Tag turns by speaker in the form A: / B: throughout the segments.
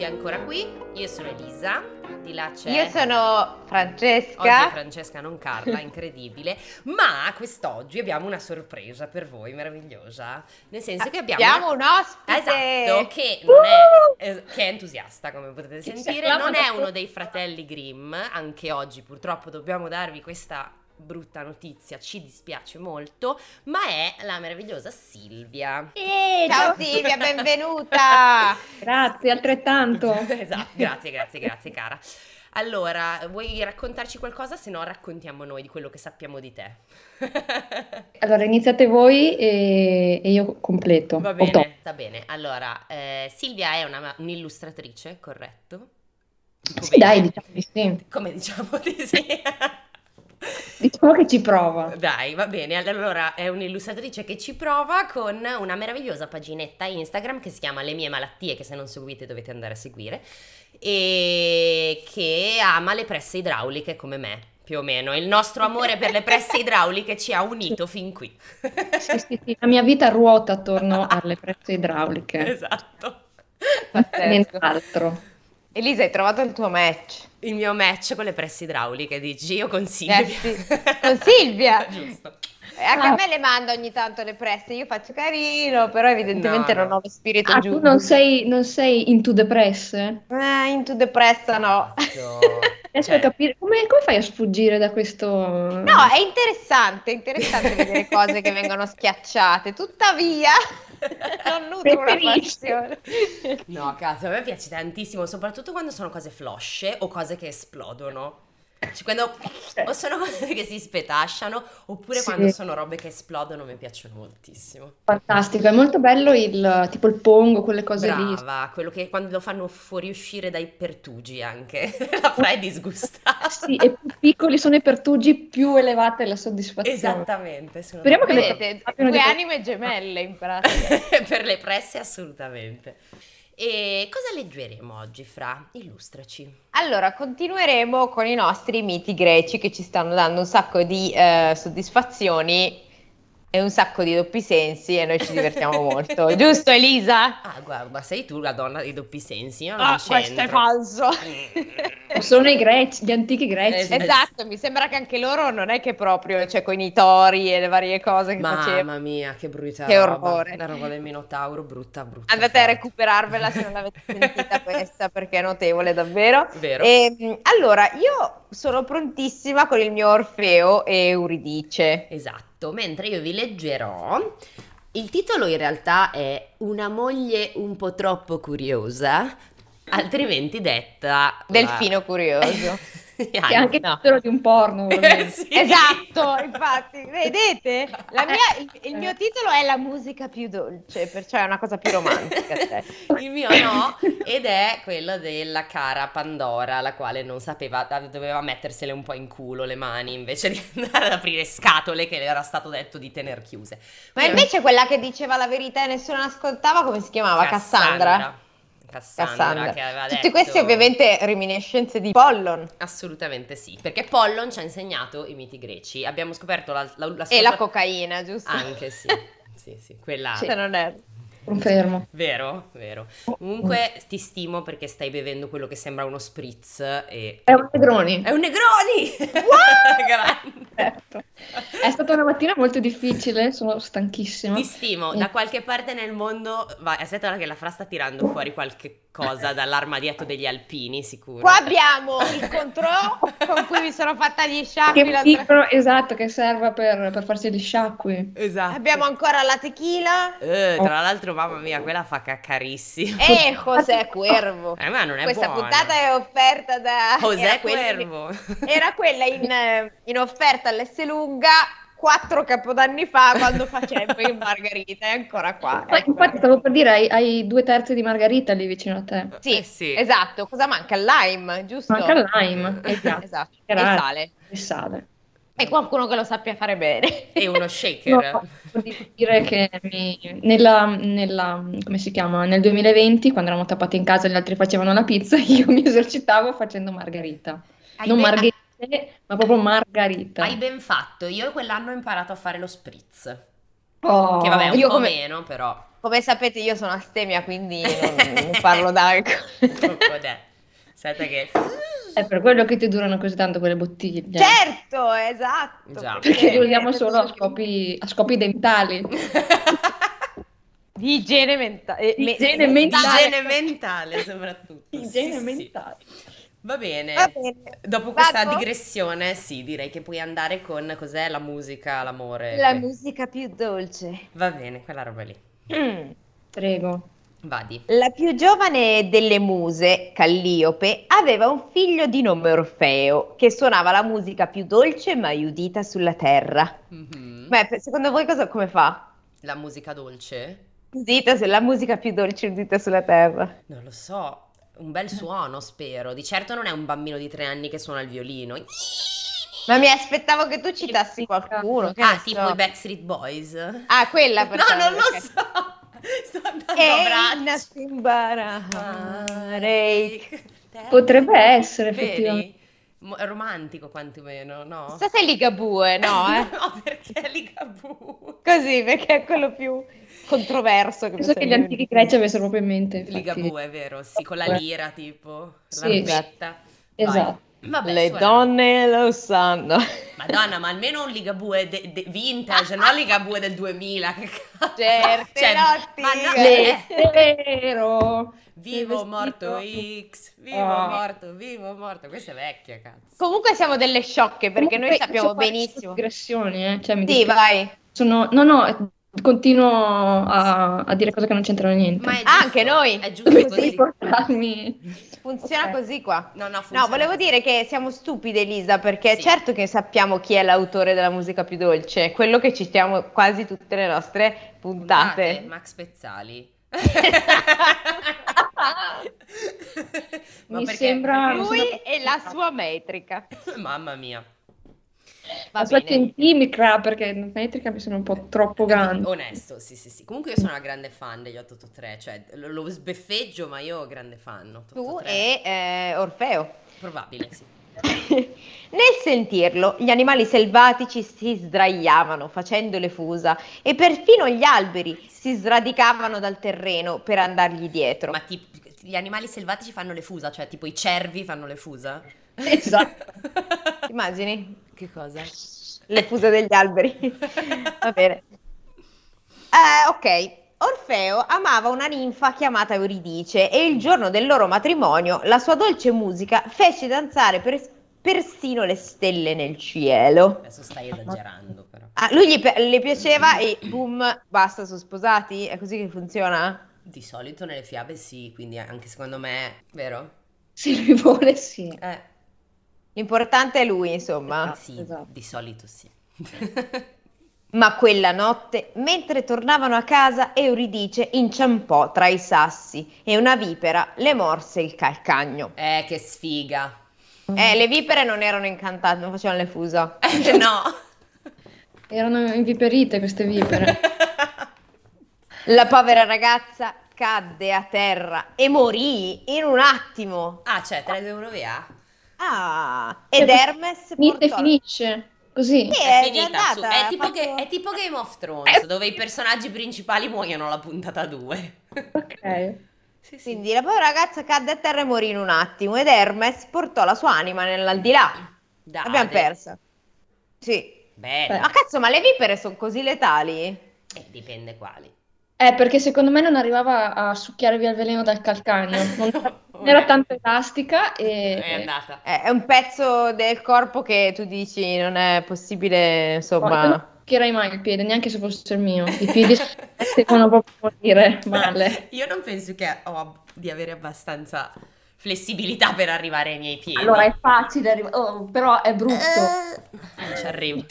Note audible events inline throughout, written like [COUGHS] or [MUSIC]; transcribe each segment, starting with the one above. A: è ancora qui, io sono Elisa, di là c'è...
B: Io sono
A: Cioè, Oggi è
B: Francesca.
A: Francesca, non Carla, incredibile. [LAUGHS] Ma quest'oggi abbiamo una sorpresa per voi, meravigliosa. Nel senso che abbiamo...
B: Abbiamo un ospite.
A: Esatto, che non è,
B: Uh!
A: es- che è entusiasta, come potete
B: Che
A: sentire.
B: siamo
A: Non è
B: dopo-
A: uno dei fratelli Grimm, anche oggi purtroppo dobbiamo darvi questa brutta notizia, ci dispiace molto, ma è la meravigliosa Silvia.
B: Ciao
A: [LAUGHS]
B: Silvia, benvenuta. Ecco.
C: Grazie, altrettanto.
A: esatto, grazie, grazie, grazie cara. Allora, vuoi raccontarci qualcosa? Se no raccontiamo noi di quello che sappiamo di te. [LAUGHS]
C: Allora, iniziate voi e,
B: [LAUGHS]
C: e io completo.
A: Va
C: O to-
A: bene, va bene. Allora, eh, Silvia è una- un'illustratrice, corretto? Dico
C: Sì, dai,
A: bene?
C: diciamo di sì.
A: Come diciamo di
B: [LAUGHS]
A: sì.
C: Diciamo che ci prova.
A: Dai, va bene. Allora, è un'illustratrice che ci prova con una meravigliosa paginetta Instagram che si chiama Le mie malattie, che se non seguite dovete andare a seguire, e che ama le presse idrauliche come me, più o meno. Il nostro amore per le presse idrauliche ci ha unito fin qui.
C: Sì, sì, sì, La mia vita ruota attorno alle presse idrauliche,
A: Esatto.
B: Pazzesco.
C: nient'altro.
B: Elisa, hai trovato il tuo match.
A: Il mio match con le presse idrauliche, dici? Io con Silvia.
B: Eh, sì. Con Silvia.
A: [LAUGHS] Giusto.
B: Eh, Anche a
C: Ah.
B: me le manda ogni tanto le presse, io faccio carino, però evidentemente
A: No, no.
B: non ho lo spirito
C: Ah, tu
B: giusto.
C: non sei, non sei into the press? Riesco
B: Ah, into the press,
A: [LAUGHS]
B: no.
A: Cazzo. Cioè.
C: a capire come, come fai a sfuggire da questo...
B: No, è interessante, è interessante vedere cose che vengono schiacciate, tuttavia [LAUGHS] non nutro una
C: Preferisci.
B: passione.
A: No, cazzo, a me piace tantissimo, soprattutto quando sono cose flosce o cose che esplodono. Cioè, quando o sono cose che si spetasciano, oppure
C: Sì.
A: quando sono robe che esplodono, mi piacciono moltissimo.
C: Fantastico, è molto bello il tipo il pongo, quelle cose lì.
A: Brava, quello che quando lo fanno fuoriuscire dai pertugi anche, [LAUGHS] la fai disgustata.
C: Sì, e più piccoli sono i pertugi, più elevata è la soddisfazione.
A: Esattamente, sono
C: Speriamo che
A: d'accordo.
B: Vedete,
C: Abbiano
B: due
C: di-
B: anime gemelle in pratica.
A: Per le presse assolutamente. E cosa leggeremo oggi, Fra? Illustraci.
B: [LAUGHS] Allora, continueremo con i nostri miti greci che ci stanno dando un sacco di eh, soddisfazioni e un sacco di doppi sensi e noi ci [LAUGHS] divertiamo molto. Giusto Elisa?
A: Ah, guarda, sei tu la donna dei doppi sensi, io non
B: Ah,
A: c'entro.
B: questo è falso. [LAUGHS]
C: Sono i greci, gli antichi greci.
A: Esatto.
B: Esatto, mi sembra che anche loro non è che proprio, cioè con i tori e le varie cose che facevano.
A: Mamma mia, che brutta
B: Che
A: roba.
B: orrore.
A: La roba del Minotauro, brutta, brutta.
B: Andate a
A: forte.
B: recuperarvela se non l'avete sentita questa perché è notevole davvero.
A: Vero.
B: Ehm, allora, io sono prontissima con il mio Orfeo e Euridice.
A: Esatto, mentre io vi leggerò. Il titolo in realtà è Una moglie un po' troppo curiosa, altrimenti detta... [LAUGHS]
B: Delfino curioso.
C: Che è anche il
B: No.
C: titolo di un porno.
A: Eh, [LAUGHS]
C: volendo.
A: sì.
B: Esatto, infatti, vedete? La mia- il, il mio titolo è la musica più dolce, perciò è una cosa più romantica.
A: [LAUGHS]
B: cioè.
A: Il mio no, ed è quello della cara Pandora, la quale non sapeva, doveva mettersele un po' in culo le mani invece di [LAUGHS] andare ad aprire scatole che le era stato detto di tener chiuse.
B: Ma invece quella che diceva la verità e nessuno l'ascoltava, come si chiamava? Cassandra.
A: Cassandra,
B: Cassandra.
A: che aveva
B: Tutti
A: detto-
B: questi ovviamente reminiscenze di Pollon
A: Assolutamente sì, perché Pollon ci ha insegnato i miti greci. Abbiamo scoperto la, la, la
B: e
A: scorsa-
B: la cocaina, giusto?
A: Anche sì, sì, sì, quella...
B: Se non è.
C: Confermo.
A: Vero, vero. Comunque ti stimo perché stai bevendo quello che sembra uno spritz e...
C: È un Negroni.
A: È un Negroni! [LAUGHS]
B: Eh.
A: Grande.
C: Certo. È stata una mattina molto difficile, sono stanchissima.
A: Ti stimo, da qualche parte nel mondo... Vai, aspetta che la Fra sta tirando fuori qualche cosa dall'armadietto degli alpini, sicuro.
B: Qua abbiamo il controllo con cui mi sono fatta gli
C: Che
B: sciacqui
C: mi
B: l'altra-
C: dicono, esatto, che serva per, per farsi gli sciacqui.
A: Esatto.
B: Abbiamo ancora la
C: [LAUGHS]
B: tequila.
A: Eh, tra l'altro, mamma mia, quella fa caccarissimo.
B: E José Cuervo.
A: Eh, ma non è
B: Eh, Questa
A: buona.
B: puntata è offerta da
A: José
B: era quella in-
A: Cuervo. [LAUGHS]
B: era quella in, eh, in offerta all'Esselunga quattro capodanni fa quando facevo in Margherita. È ancora
A: Ah,
B: qua. ecco.
A: ecco.
C: Poi,
B: è ancora
C: infatti stavo per dire, hai, hai due terzi di margherita lì vicino a te.
B: qua. Sì,
A: Eh sì.
B: esatto. Cosa manca? Il lime, giusto?
C: Manca il
A: [LAUGHS]
C: lime,
A: Eh,
C: esatto,
B: Esatto. E
C: Grazie.
B: sale.
C: e sale.
B: E qualcuno che lo sappia fare bene. [LAUGHS]
A: E uno shaker.
C: No, devo dire che mi- nella, nella- come si chiama? Nel 2020, quando eravamo tappati in casa e gli altri facevano la pizza, [LAUGHS] io mi esercitavo facendo margherita.
A: Hai
C: non
A: ben-
C: margherite, ma proprio margarita.
A: Hai ben fatto. Io quell'anno ho imparato a fare lo spritz.
C: Oh,
A: che vabbè, un
B: io
A: po'
B: come-
A: meno, però.
B: Come sapete io sono astemia, quindi non, non parlo d'alcol.
C: [LAUGHS]
A: Cocodè. Aspetta che...
C: È per quello che ti durano così tanto quelle bottiglie.
A: Cioè,
B: Certo, esatto.
A: Già.
C: Perché li usiamo
B: usiamo
C: solo a scopi, a
B: [LAUGHS]
C: scopi dentali.
B: Eh.
A: [LAUGHS]
B: Di igiene
A: eh,
B: mentale.
C: Di igiene mentale.
A: Igiene mentale soprattutto. Sì, sì, sì. Va bene.
B: Va bene.
A: Dopo questa
B: Vado?
A: digressione, sì, direi che puoi andare con cos'è la musica, l'amore.
B: La
A: que-
B: musica più dolce.
A: Va bene, quella roba lì.
B: Mm.
C: Prego.
A: Vadi.
B: La più giovane delle muse, Calliope, aveva un figlio di nome Orfeo che suonava la musica più dolce mai udita sulla terra.
A: Mhm.
B: Beh, per- secondo voi cosa, come fa?
A: La musica dolce?
B: Udita se la musica più dolce udita sulla terra.
A: Non lo so. Un bel suono, spero. Di certo non è un bambino di tre anni che suona il violino.
B: Ma mi aspettavo che tu citassi qualcuno. Che
A: Ah,
B: ne
A: tipo
B: Eh, so.
A: i Backstreet Boys. [LAUGHS] No,
B: Ah, quella pensavo,
A: non lo
B: ok.
A: so. [LAUGHS] Sto andando a
B: Ehi,
A: braccio.
B: nasci in barare.
C: Potrebbe essere,
A: Vedi?
C: effettivamente.
A: Mo- Romantico quantomeno, Ah, no?
B: Sa se è Ligabue, [LAUGHS] no? Eh?
A: no, perché Ligabue.
B: Così, perché è quello più controverso che
C: Penso
B: possiamo
C: che gli antichi greci avessero proprio in mente. infatti.
A: Ligabue, è vero, sì, con la lira tipo,
C: Sì,
A: l'arpetta. Vai.
C: Esatto.
A: Vabbè,
B: Le
A: suona.
B: donne lo sanno.
A: Madonna, ma almeno un Ligabue de- de- vintage, non Ligabue del 2000, che cazzo. Cioè,
B: Certe notti.
A: ma no,
B: Le-
A: eh,
C: Vero.
A: vivo
C: vestito.
A: morto X, vivo
C: Ah.
A: morto, vivo morto, questa è vecchia, cazzo.
B: Comunque siamo delle sciocche perché noi
C: Comunque,
B: sappiamo
C: posso fare solo
B: benissimo.
C: digressioni, eh? Cioè, mi
B: Sì,
C: dispiace.
B: vai.
C: Sono- No, no, continuo a, a dire cose che non c'entrano niente.
A: Ma
C: [LAUGHS]
A: è
B: Ah,
A: giusto,
B: anche noi.
A: È giusto
C: Questo
A: così.
C: riportarmi.
B: Funziona
C: Ok.
B: così qua.
A: No, no, funziona
B: No, volevo
A: così.
B: dire che siamo stupide, Elisa, perché
A: Sì.
B: certo che sappiamo chi è l'autore della musica più dolce, quello che citiamo quasi tutte le nostre
A: Puntate,
B: puntate.
A: Ah, eh, Max Pezzali.
C: [LAUGHS]
A: Ma
C: Mi
A: perché-
C: sembra-
B: Lui [LAUGHS] e la sua metrica.
A: [LAUGHS] Mamma mia.
B: Va
C: la sua
B: bene.
C: centimetra perché la metrica mi sembra un po' troppo grande.
A: Onesto, sì, sì, sì. Comunque io sono una grande fan degli 883, cioè lo, lo sbeffeggio, ma io grande fan. 883.
B: Tu e eh, Orfeo.
A: Probabile, sì.
B: [LAUGHS] Nel sentirlo, gli animali selvatici si sdraiavano facendo le fusa e perfino gli alberi si sradicavano dal terreno per andargli dietro.
A: Ma ti- gli animali selvatici fanno le fusa, cioè tipo i cervi fanno le fusa?
C: [LAUGHS] Esatto.
B: Ti Immagini?
A: [LAUGHS] che cosa?
B: Le fusa degli alberi. Va bene. Eh, ok. Orfeo amava una ninfa chiamata Euridice e il giorno del loro matrimonio la sua dolce musica fece danzare per- persino le stelle nel cielo.
A: Adesso stai esagerando, però.
B: A Ah, lui gli pi- le piaceva e boom, basta, sono sposati? È così che funziona?
A: Di solito nelle fiabe sì, quindi anche secondo me, vero?
C: Se lui vuole, sì.
A: Eh,
B: L'importante è lui, insomma.
A: sì,
C: esatto.
A: di solito sì. [LAUGHS]
B: Ma quella notte, mentre tornavano a casa, Euridice inciampò tra i sassi e una vipera le morse il calcagno.
A: eh, che sfiga.
B: Eh, le vipere non erano incantate, non facevano le fusa.
A: [LAUGHS] Eh, no.
C: Erano inviperite queste vipere.
B: La povera ragazza cadde a terra e morì in un attimo.
A: ah, cioè, te la devono via?
B: Ah, ed
C: Cioè,
B: Hermes Eh.
C: Finite e
B: portò...
C: finisce. Così.
B: Sì,
A: È
B: è
A: finita.
B: andata,
A: su- È,
B: ha
A: tipo
B: fatto-
A: che- è tipo Game of Thrones, dove i personaggi principali muoiono alla puntata 2.
C: Ok.
A: sì, sì.
B: Quindi la povera ragazza cadde a terra e morì in un attimo ed Hermes portò la sua anima nell'aldilà.
A: Dai.
B: L'abbiamo persa. Sì.
A: Bella.
B: Ma cazzo, ma le vipere sono così letali?
A: Eh, dipende quali.
C: Eh, perché secondo me non arrivava a succhiare via il veleno dal [LAUGHS] calcagno. Non era, non era tanto elastica e...
A: È andata.
B: Eh, È un pezzo del corpo che tu dici non è possibile,
C: No, io non
B: insomma.
C: succhierai mai il piede, neanche se fosse il mio. I [LAUGHS] piedi devono proprio morire male.
A: [LAUGHS] Io non penso che ho ab- di avere abbastanza flessibilità per arrivare ai miei piedi. Eh,
C: Allora è facile, arri- oh, però è brutto.
A: Non ci arrivo.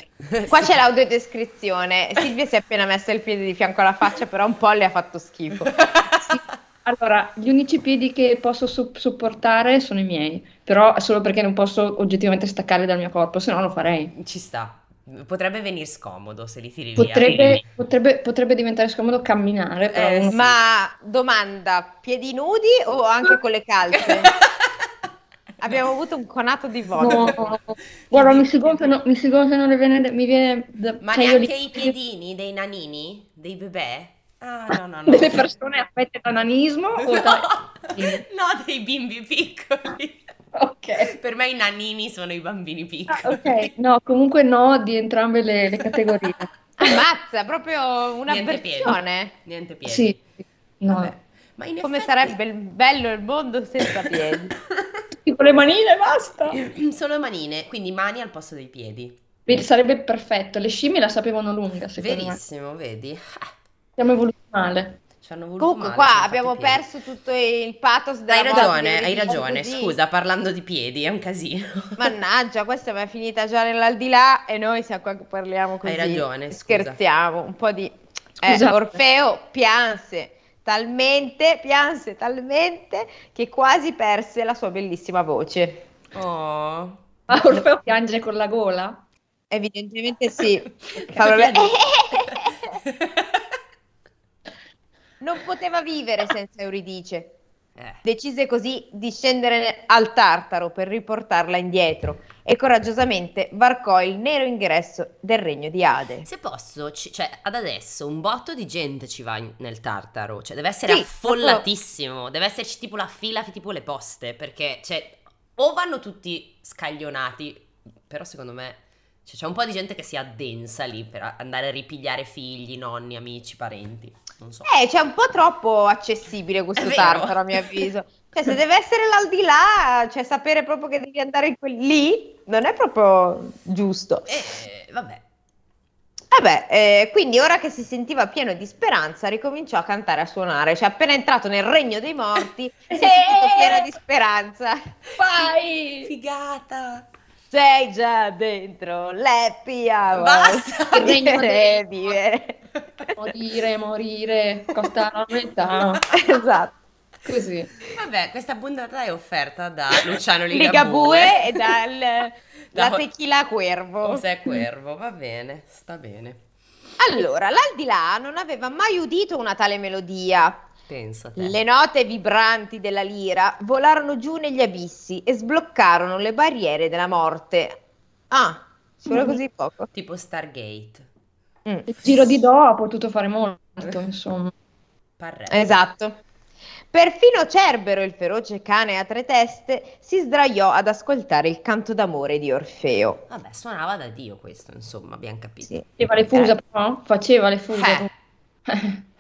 B: Qua c'è l'audiodescrizione. Silvia si è appena messa il piede di fianco alla faccia, però un po' le ha
A: [LAUGHS]
B: fatto schifo.
A: Eh,
C: Allora, gli unici piedi che posso so- sopportare sono i miei, però solo perché non posso oggettivamente staccarli dal mio corpo, se no lo farei.
A: [LAUGHS] Ci sta. Potrebbe venir scomodo se li tiri via.
C: Potrebbe, potrebbe- potrebbe diventare scomodo camminare, però
A: Eh,
C: uno-
A: sì.
B: Ma domanda, piedi nudi o anche con le calze?
A: [LAUGHS]
B: [LAUGHS] Abbiamo avuto un conato di vomito.
C: no. [LAUGHS] Guarda,
B: [LAUGHS]
C: mi si gonfiano, mi si gonfiano le vene, mi viene da-
A: Ma
C: cioè, io [LAUGHS]
A: neanche
C: li-
A: i piedini dei nanini? Dei bebè? Ah, no, no, no.
C: delle persone affette da nanismo [LAUGHS] o
A: [LAUGHS]
C: da...
A: No, dei bimbi piccoli.
C: Ok.
A: Per me i nannini sono i bambini piccoli.
C: Ah, ok, no, comunque no di entrambe le, le categorie.
B: Ammazza, proprio una
A: Niente piedi.
B: persona.
A: Niente [LAUGHS] piedi.
C: Sì, no.
A: Vabbè. Ma in
B: Come
A: effetti-
B: sarebbe il- bello il mondo
A: [LAUGHS]
B: senza piedi.
C: Tipo le manine, basta.
A: [COUGHS] Sono manine, quindi mani al posto dei piedi.
C: Vedi, Sarebbe perfetto, le scimmie la sapevano lunga, secondo me.
A: Verissimo, vedi? Ah,
C: Siamo evoluti male.
A: Ci hanno voluto
B: Comunque
A: male,
B: qua
A: ci hanno
B: abbiamo
A: fatto i piedi.
B: perso tutto il pathos della
A: Hai
B: moda
A: ragione,
B: delle
A: hai
B: riviste
A: ragione.
B: così.
A: Scusa, parlando di piedi, è un casino.
B: [LAUGHS] Mannaggia, questa mi è finita già nell'aldilà e noi siamo qua che parliamo così.
A: Hai ragione, scusa.
B: Scherziamo, un po' di... Eh,
C: Scusate.
B: Orfeo pianse talmente, pianse talmente che quasi perse la sua bellissima voce.
A: Oh.
C: Ah, Orfeo piange con la gola?
B: Evidentemente sì.
A: [LAUGHS]
B: Fa
A: Perché-
B: proprio- [LAUGHS] Non poteva vivere senza Euridice.
A: Eh.
B: Decise così di scendere ne- al Tartaro per riportarla indietro e coraggiosamente varcò il nero ingresso del regno di Ade.
A: Se posso, ci- cioè, ad adesso un botto di gente ci va in- nel tartaro, cioè deve essere
B: Sì,
A: affollatissimo, deve esserci tipo la fila, tipo le poste, perché cioè, o vanno tutti scaglionati, però secondo me cioè, c'è un po' di gente che si addensa lì per a- andare a ripigliare figli, nonni, amici, parenti, non so.
B: Eh, c'è un po' troppo accessibile questo
A: È vero.
B: Tartaro, a mio avviso. Cioè, se deve essere l'aldilà, cioè sapere proprio che devi andare in quel- lì, non è proprio giusto.
A: Eh, vabbè,
B: Vabbè, eh, quindi ora che si sentiva pieno di speranza, ricominciò a cantare e a suonare. Cioè, appena entrato nel regno dei morti, si è sentito pieno di speranza.
C: Vai!
A: figata!
B: Sei già dentro l'happy hour. [LAUGHS]
A: Basta!
C: Il regno
B: Vivere,
C: dei-
B: vivere.
C: Morire, morire, costa la
A: [LAUGHS]
C: metà.
B: Esatto.
C: Così.
A: Vabbè, questa puntata è offerta da
B: [LAUGHS]
A: Luciano Ligabue
B: Ligabue e
A: [LAUGHS]
B: dal
A: Da
B: la
A: Ho-
B: tequila Cuervo.
A: José Cuervo, va bene, sta bene.
B: Allora, l'aldilà non aveva mai udito una tale melodia,
A: Pensa te.
B: Le note vibranti della lira volarono giù negli abissi e sbloccarono le barriere della morte. Ah, solo così poco.
A: Tipo Stargate.
B: Mm,
C: Il giro di Do ha potuto fare molto, insomma.
A: Parre.
B: esatto. Perfino Cerbero, il feroce cane a tre teste, si sdraiò ad ascoltare il canto d'amore di Orfeo.
A: Vabbè, suonava da Dio questo, insomma, abbiamo capito.
B: Sì.
C: Faceva le fusa, però? Faceva le
A: Eh,
C: fusa.
A: eh.
C: [LAUGHS]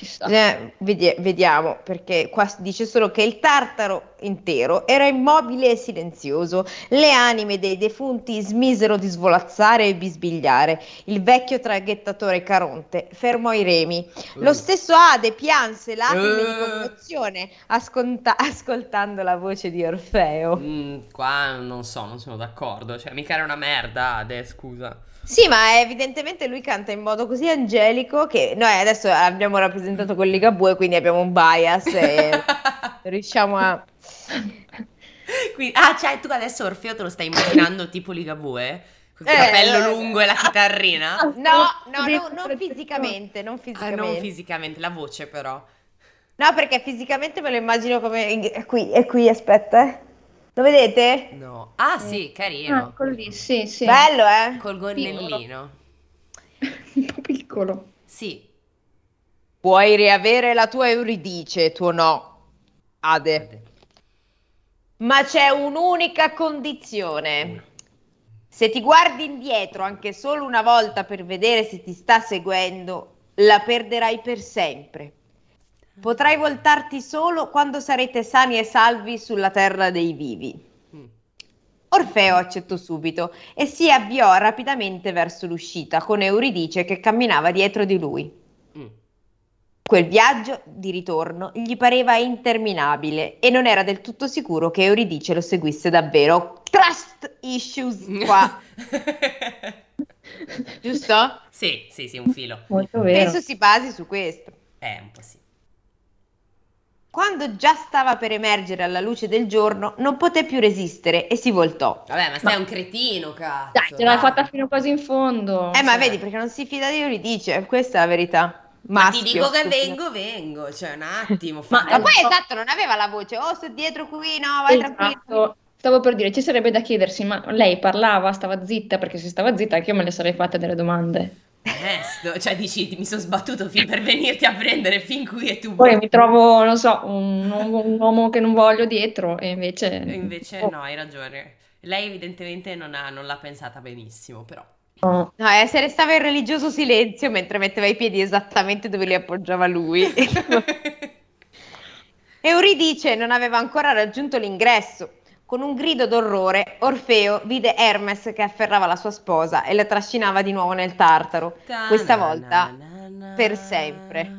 C: Chissà.
B: Eh, vedi- vediamo, perché qua si dice solo che il tartaro intero era immobile e silenzioso. Le anime dei defunti smisero di svolazzare e bisbigliare. Il vecchio traghettatore Caronte fermò i remi.
A: Mm.
B: Lo stesso Ade pianse lacrime di
A: Eh.
B: commozione asconta- [LAUGHS] ascoltando la voce di Orfeo.
A: Mm, qua non so, non sono d'accordo. Cioè, mica era una merda, Ade, scusa.
B: Sì, ma evidentemente lui canta in modo così angelico che noi adesso abbiamo rappresentato con Ligabue, quindi abbiamo un bias
A: [LAUGHS]
B: e riusciamo a...
A: Quindi- ah, cioè, tu adesso Orfeo te lo stai immaginando
B: [LAUGHS]
A: tipo Ligabue? Col
B: Eh,
A: capello
B: eh.
A: lungo e la chitarrina?
B: No, no, no, non fisicamente, non
A: Ah,
B: fisicamente.
A: non fisicamente, la voce però.
B: No, perché fisicamente me lo immagino come... È qui, è qui, aspetta. eh. Lo
C: Eh.
B: vedete?
A: No. Ah, sì,
C: Ah,
A: carino.
C: quello lì, sì, sì.
B: Bello, eh?
A: Col gonnellino.
C: [LAUGHS] Un po' piccolo.
A: Sì.
B: Puoi riavere la tua Euridice, tuo no, Ade.
A: Ade.
B: Ma c'è un'unica condizione. Se ti guardi indietro anche solo una volta per vedere se ti sta seguendo, la perderai per sempre. Potrai voltarti solo quando sarete sani e salvi sulla terra dei vivi.
A: Mm.
B: Orfeo accettò subito e si avviò rapidamente verso l'uscita con Euridice che camminava dietro di lui.
A: Mm.
B: Quel viaggio di ritorno gli pareva interminabile e non era del tutto sicuro che Euridice lo seguisse davvero. Trust issues
A: [LAUGHS]
B: qua, giusto?
A: sì, sì, sì, un filo.
C: [LAUGHS] Molto vero.
B: Penso si basi su questo.
A: Eh, un po' sì.
B: Quando già stava per emergere alla luce del giorno, non poté più resistere e si voltò.
A: Vabbè, ma sei
C: Ma-
A: un cretino, cazzo.
C: Dai, ce l'hai fatta fino quasi in fondo.
B: Eh, ma
A: sì.
B: vedi, perché non si fida di Euridice, questa è la verità.
A: Ma
B: Maschio,
A: ti dico che
B: stupido.
A: vengo, vengo, cioè un
C: [LAUGHS]
A: attimo.
C: Ma-
B: Ma
A: fai-
B: poi esatto, non aveva la voce. Oh, sto dietro qui, no, vai tranquillo.
C: Esatto. Stavo per dire, ci sarebbe da chiedersi, ma lei parlava, stava zitta, perché se stava zitta anche io me le sarei fatte delle domande.
A: Onesto, cioè dici mi sono sbattuto fin per venirti a prendere fin qui e tu... boh.
C: Poi mi trovo, non so, un, uomo- un uomo che non voglio dietro e invece... Oh,
A: E invece no, hai ragione. Lei evidentemente non, ha- non l'ha pensata benissimo,
C: [LAUGHS]
A: però. [LAUGHS]
C: no.
B: No, eh, se restava in religioso silenzio mentre metteva i piedi esattamente dove li
A: [LAUGHS]
B: appoggiava lui. Euridice non aveva ancora raggiunto l'ingresso. Con un grido d'orrore, Orfeo vide Hermes che afferrava la sua sposa e la trascinava di nuovo nel Tartaro. Questa volta per sempre.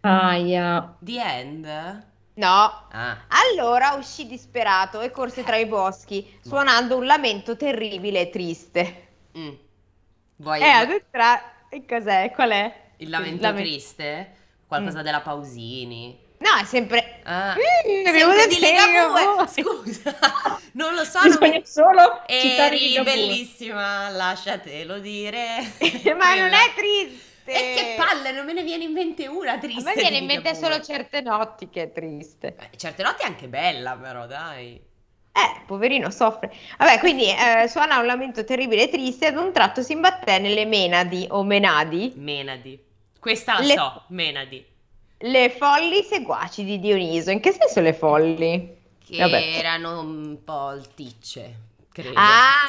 C: Aia.
A: The end?
B: No.
A: Ah,
B: Allora uscì disperato e corse tra i boschi, suonando un lamento terribile e triste. Eh,
A: mm. Vuoi
B: E ad entrare... e Cos'è? Qual è?
A: il lamento
B: lamen-
A: triste?
B: Mm.
A: Qualcosa della Pausini?
B: No, è sempre...
A: Ah.
B: Mm, abbiamo
A: Sempre di
B: detto io.
A: Ligabue! Scusa, [LAUGHS] non lo so.
C: In
A: non mi-
C: spagnolo solo citare
A: Eri
C: Ligabue.
A: bellissima, lasciatelo dire.
B: [LAUGHS] [LAUGHS] Ma non
A: Quella.
B: è triste!
A: E che palle, non me ne viene in mente una
B: A
A: triste.
B: me viene
A: di
B: in mente
A: Ligabue.
B: solo certe notti che è triste.
A: Eh, Certe notti è anche bella, però, dai.
B: Eh, poverino, soffre. Vabbè, quindi eh, suona un lamento terribile e triste. Ad un tratto si imbatté nelle menadi o menadi,
A: Menadi. Questa la
B: Le-
A: so, Menadi.
B: le folli seguaci di Dioniso. In che senso le folli?
A: Che
B: Vabbè.
A: erano un po' alticce, credo.
B: Ah!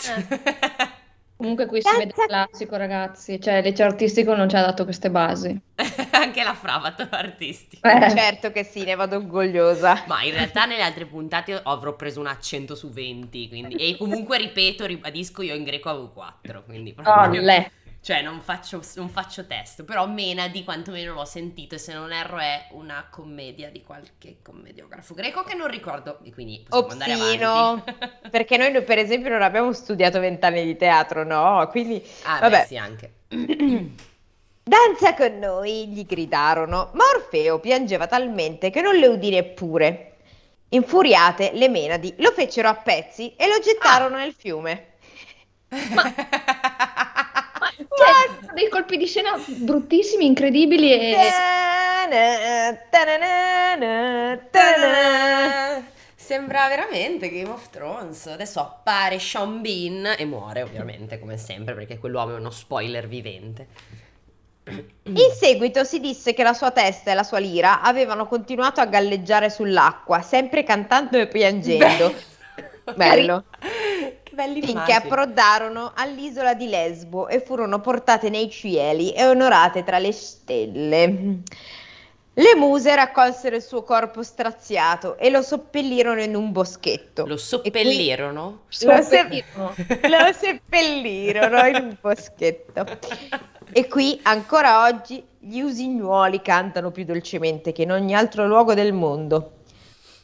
C: Comunque qui si vede il classico, ragazzi. Cioè, liceo artistico non ci ha dato queste basi.
A: [LAUGHS] Eh, anche la fravato artistica.
C: Eh.
B: Certo che sì, ne vado orgogliosa.
A: Ma in realtà nelle altre puntate avrò preso un accento su 20, quindi... E comunque, ripeto, ribadisco, io in greco avevo 4, quindi
B: Oh,
A: proprio...
C: Olle.
A: Cioè, non faccio, non faccio testo, però Menadi quantomeno l'ho sentito e se non erro è una commedia di qualche commediografo greco che non ricordo, e quindi possiamo andare
B: Opsino.
A: avanti.
B: Perché noi, no- per esempio, non abbiamo studiato vent'anni di teatro, no? Quindi
A: ah,
B: Vabbè.
A: beh, sì, anche.
B: [CLEARS THROAT] danza con noi, gli gridarono. Ma Orfeo piangeva talmente che non le udì neppure. Infuriate, le menadi lo fecero a pezzi e lo gettarono nel fiume.
A: [LAUGHS]
C: Ma, cioè, sono dei colpi di scena bruttissimi, incredibili e...
B: Ta-na, ta-na-na, ta-na.
A: Sembra veramente Game of Thrones. Adesso appare Sean Bean e muore, ovviamente, come sempre, perché quell'uomo è uno spoiler vivente.
B: In seguito si disse che la sua testa e la sua lira avevano continuato a galleggiare sull'acqua, sempre cantando e piangendo, Bello.
A: che belli
B: finché approdarono all'isola di Lesbo e furono portate nei cieli e onorate tra le stelle. Le muse raccolsero il suo corpo straziato e lo seppellirono in un boschetto.
A: Lo seppellirono?
B: Lo se-
C: Sono-
B: lo seppellirono in un boschetto. E qui ancora oggi gli usignuoli cantano più dolcemente che in ogni altro luogo del mondo.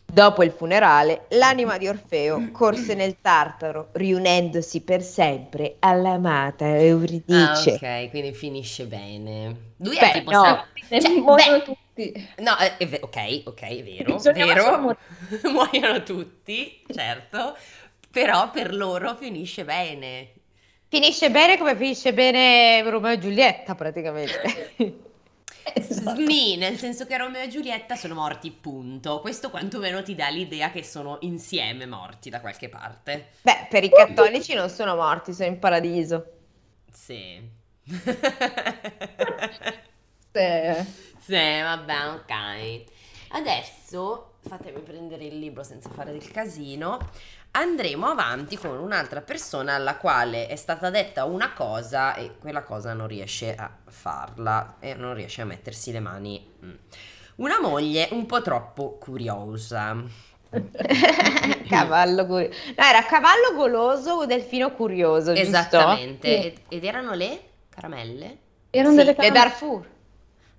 B: Dopo il funerale, l'anima di Orfeo corse nel Tartaro, riunendosi per sempre all'amata
A: Ah,
B: Euridice.
A: ok, quindi finisce bene. Lui è
B: Beh,
A: tipo...
B: no.
A: sta-
C: Nel
A: Cioè,
C: mondo
A: beh.
C: tutti.
A: No, eh, è ve- ok, ok, è vero,
C: Bisogna
A: vero.
C: farci
A: [LAUGHS]
C: morire.
A: Muoiono tutti, certo, però per loro finisce bene.
B: Finisce bene come finisce bene Romeo e Giulietta, praticamente. [LAUGHS]
C: Esatto.
A: Sni, nel senso che Romeo e Giulietta sono morti, punto. Questo quantomeno ti dà l'idea che sono insieme morti da qualche parte.
B: Beh, per i cattolici non sono morti, sono in paradiso.
A: [LAUGHS] Sì.
C: Eh,
A: Sì, vabbè, ok. Adesso fatemi prendere il libro senza fare del casino. Andremo avanti con un'altra persona alla quale è stata detta una cosa e quella cosa non riesce a farla e non riesce a mettersi le mani. Mm. Una moglie un po' troppo curiosa.
B: Cavallo curioso. No, era cavallo goloso o delfino curioso, giusto?
A: Esattamente.
C: Sì.
A: Ed- Ed erano le caramelle?
C: Erano
B: Sì,
C: delle
B: le
C: cose-
B: Darfur.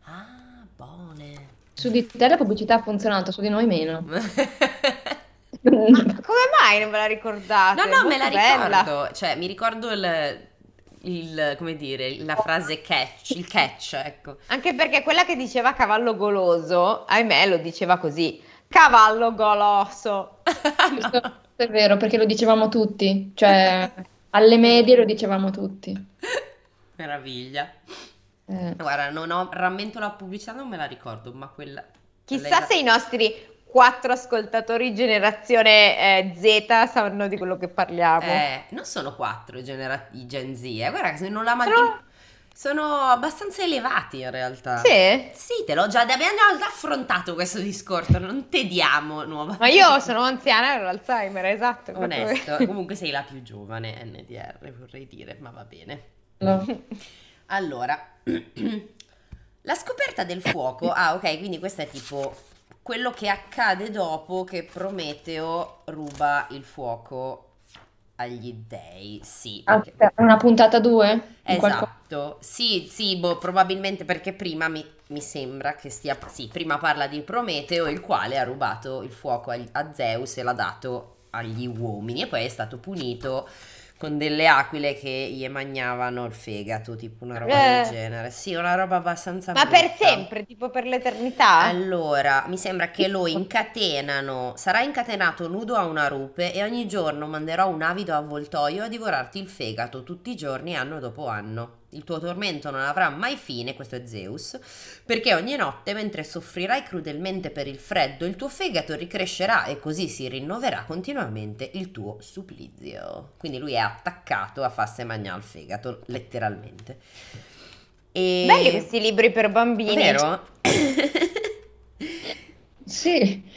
A: Ah, buone.
C: Su di te la pubblicità ha funzionato, su di
A: [LAUGHS]
C: noi meno.
B: Ma come mai non ve la ricordate?
A: No, no, me
B: Ah, Molto
A: la
B: bella.
A: ricordo. Cioè, mi ricordo il, il- come dire, la frase catch, il catch, ecco.
B: Anche perché quella che diceva cavallo goloso, ahimè, lo diceva così. Cavallo goloso.
C: Questo è vero, perché lo dicevamo tutti, cioè alle medie lo dicevamo tutti.
A: Meraviglia.
C: Eh,
A: Guarda, non ho, rammento la pubblicità, non me la ricordo, ma quella...
B: Chissà
A: lei-
B: se i nostri quattro ascoltatori generazione eh, Z sanno di quello che parliamo.
A: Eh, non sono quattro i genera- i Gen Z, eh. Guarda, eh. se non la... Ma...
B: Però-
A: Sono abbastanza elevati in realtà.
B: Sì?
A: Sì, te l'ho già, abbiamo già affrontato questo discorso, non te diamo nuova.
B: Ma io sono anziana e ho l'Alzheimer, esatto. proprio.
A: Onesto, comunque sei la più giovane NDR, vorrei dire, ma va bene.
C: No.
A: Allora, [CLEARS THROAT] la scoperta del fuoco. Ah, ok, quindi questo è tipo quello che accade dopo che Prometeo ruba il fuoco agli dei. Sì,
C: Ah,
A: perché-
C: Una puntata 2?
A: Esatto, sì, sì, boh, probabilmente perché prima mi, mi sembra che stia, sì, prima parla di Prometeo, il quale ha rubato il fuoco agli- a Zeus e l'ha dato agli uomini e poi è stato punito con delle aquile che gli emagnavano il fegato, tipo una roba
B: Eh.
A: del genere. Sì, una roba abbastanza
B: Ma per
A: brutta.
B: sempre, tipo per l'eternità?
A: Allora, mi sembra che
B: [LAUGHS]
A: lo incatenano, sarà incatenato nudo a una rupe e ogni giorno manderò un avido avvoltoio a divorarti il fegato tutti i giorni, anno dopo anno. Il tuo tormento non avrà mai fine, questo è Zeus, perché ogni notte, mentre soffrirai crudelmente per il freddo, il tuo fegato ricrescerà e così si rinnoverà continuamente il tuo supplizio. Quindi lui è attaccato a farsi mangiare il fegato, letteralmente. E...
B: Belli questi libri per bambini.
A: [LAUGHS] Vero?
C: Sì.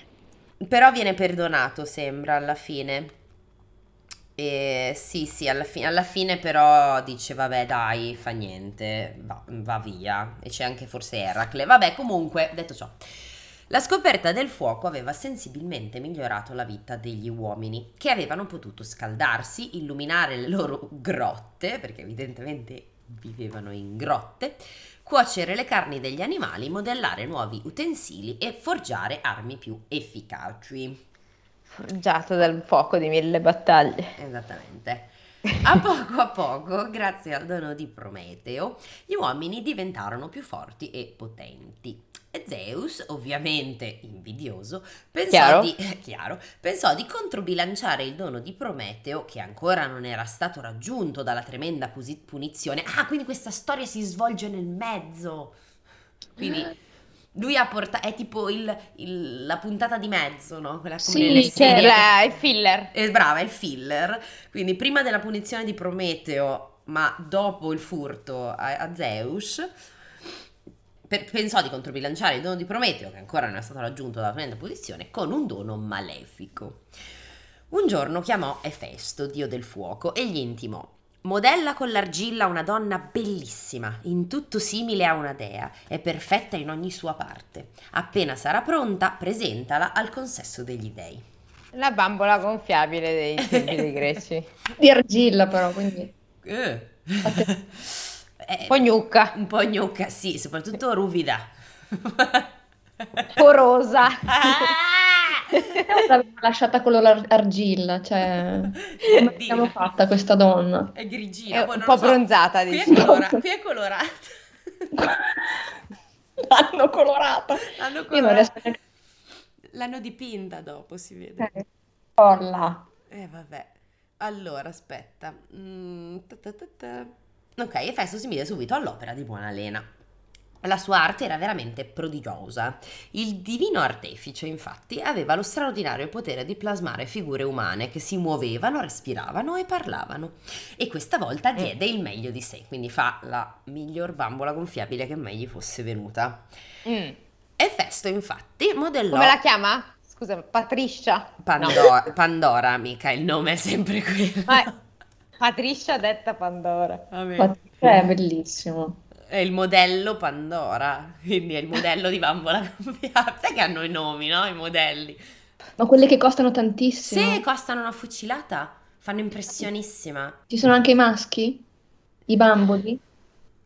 A: Però viene perdonato, sembra, alla fine. E sì, sì, alla fi- alla fine però dice, vabbè, dai, fa niente, va, va via. E c'è anche forse Eracle. Vabbè, comunque, detto ciò, la scoperta del fuoco aveva sensibilmente migliorato la vita degli uomini, che avevano potuto scaldarsi, illuminare le loro [LAUGHS] grotte, perché evidentemente vivevano in grotte, cuocere le carni degli animali, modellare nuovi utensili e forgiare armi più efficaci.
B: Forgiato dal fuoco di mille battaglie.
A: Esattamente. A [LAUGHS] poco a poco, grazie al dono di Prometeo, gli uomini diventarono più forti e potenti. E Zeus, ovviamente invidioso, pensò
B: Chiaro.
A: di, [LAUGHS] chiaro, pensò di controbilanciare il dono di Prometeo, che ancora non era stato raggiunto dalla tremenda pusi- punizione. Ah, quindi questa storia si svolge nel mezzo. Quindi
C: Eh.
A: lui ha portato, è tipo il- il- la puntata di mezzo, no? Quella come
C: Sì,
A: nelle
C: cioè,
A: serie che-
B: La- il Eh, filler.
A: è brava, è il filler. Quindi prima della punizione di Prometeo, ma dopo il furto a, a Zeus, per- pensò di controbilanciare il dono di Prometeo, che ancora non era stato raggiunto dalla tremenda punizione, con un dono malefico. Un giorno chiamò Efesto, dio del fuoco, e gli intimò Modella con l'argilla una donna bellissima, in tutto simile a una dea, e perfetta in ogni sua parte. Appena sarà pronta, presentala al consesso degli dei.
B: La bambola gonfiabile dei
A: [LAUGHS]
B: tempi dei greci.
C: Di argilla però, quindi.
A: Eh. [LAUGHS] Eh,
B: Pognucca,
A: un po' gnocca, sì, soprattutto ruvida.
B: porosa.
A: Ah,
C: L'aveva lasciata con l'argilla, cioè... Come l'abbiamo fatta questa
A: [LAUGHS]
C: donna?
A: È
B: È
A: grigina, poi
B: Eh, un
A: non
B: po'
A: lo so.
B: bronzata,
A: Qui
B: diciamo.
A: è,
B: dici.
A: colora- qui è colorata.
C: L'hanno colorata.
A: [LAUGHS] L'hanno
C: Io non riesco
A: colorata.
C: neanche
A: L'hanno dipinta dopo, si vede.
C: a Orla.
A: Eh, vabbè. Allora, aspetta. Mm, ta ta ta ta. Ok, Efesto si mise subito all'opera di buona lena. La sua arte era veramente prodigiosa. Il divino artefice, infatti, aveva lo straordinario potere di plasmare figure umane che si muovevano, respiravano e parlavano. E questa
B: Eh.
A: volta diede il meglio di sé, quindi fa la miglior bambola gonfiabile che mai gli fosse venuta.
B: Mm.
A: Efesto, infatti, modellò
B: Come la chiama? Scusa, Patriscia. [LAUGHS]
A: Pandora, Pandora, mica il nome è sempre quello.
B: Ma è- Patriscia detta Pandora.
A: Vabbè.
C: Ma cioè, È bellissimo.
A: È il modello Pandora, quindi è il modello di bambola gonfiata. Sai che hanno i nomi, no? I modelli.
C: Ma quelle che costano
A: Se
C: tantissimo.
A: costano una fucilata, fanno impressionissima.
C: Ci sono anche i maschi? I bamboli?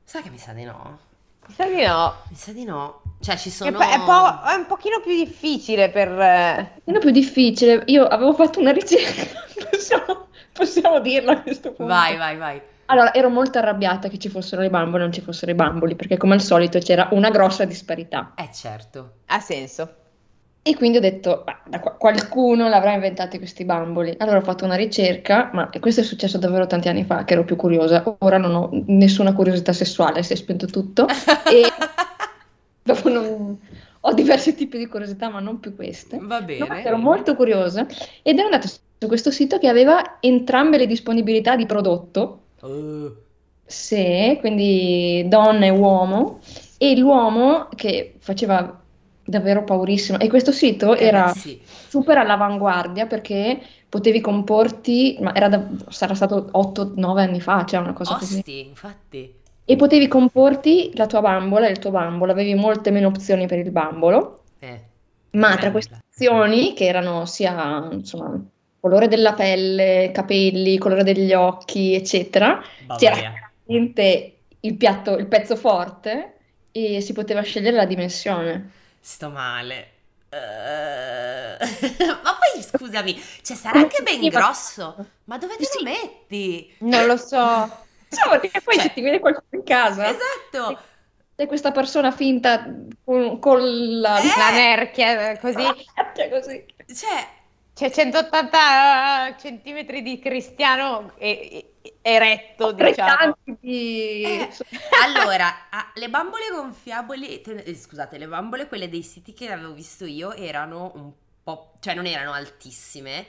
A: Sai che mi sa di no?
B: Mi sa di no.
A: Mi sa di no. Cioè, ci
B: Che
A: sono...
B: poi È, po- è un pochino più difficile per... eh,
C: È più difficile. Io avevo fatto una ricerca. [LAUGHS] Possiamo, possiamo dirlo a questo punto.
A: Vai, vai, vai.
C: Allora, ero molto arrabbiata che ci fossero le bambole e non ci fossero i bamboli, perché come al solito c'era una grossa disparità.
A: Eh, certo.
B: Ha senso.
C: E quindi ho detto, "Ma da qua- qualcuno l'avrà inventato questi bamboli. Allora ho fatto una ricerca, ma e questo è successo davvero tanti anni fa, che ero più curiosa. Ora non ho nessuna curiosità sessuale, si è spento
A: [LAUGHS]
C: tutto. E dopo non- ho diversi tipi di curiosità, ma non più queste.
A: Va
C: No,
A: bene.
C: ero molto curiosa ed ero andata su questo sito che aveva entrambe le disponibilità di prodotto.
A: Oh,
C: Sì, quindi donna e uomo, e l'uomo che faceva davvero paurissimo, e questo sito
A: Eh,
C: era
A: beh, sì.
C: super all'avanguardia perché potevi comporti, ma era da- sarà stato 8-9 anni fa, cioè una cosa così,
A: Osti, infatti.
C: e potevi comporti la tua bambola e il tuo bambolo, avevi molte meno opzioni per il bambolo.
A: Eh.
C: Ma
A: Bella.
C: tra queste opzioni, che erano sia, insomma, colore della pelle, capelli, colore degli occhi, eccetera, c'era
A: Bavaria.
C: veramente il piatto, il pezzo forte e si poteva scegliere la dimensione.
A: Sto male. Eh, [LAUGHS] Ma poi scusami, cioè sarà anche ben
C: Sì, ma-
A: grosso. Ma dove te
C: Sì.
A: lo metti?
B: Non lo
A: Eh?
B: so.
C: Insomma, perché poi
A: Cioè,
C: se ti viene qualcuno in casa,
A: Esatto.
C: c'è questa persona finta con, con la...
A: Eh,
B: La nerchia, eh, così
C: Cioè, così.
A: Cioè,
B: c'è 180 centimetri di cristiano e- e- eretto, diciamo.
C: Altrettanti di...
A: Eh, Allora, ah, le bambole gonfiabili, te- eh, scusate, le bambole quelle dei siti che avevo visto io erano un po', cioè non erano altissime,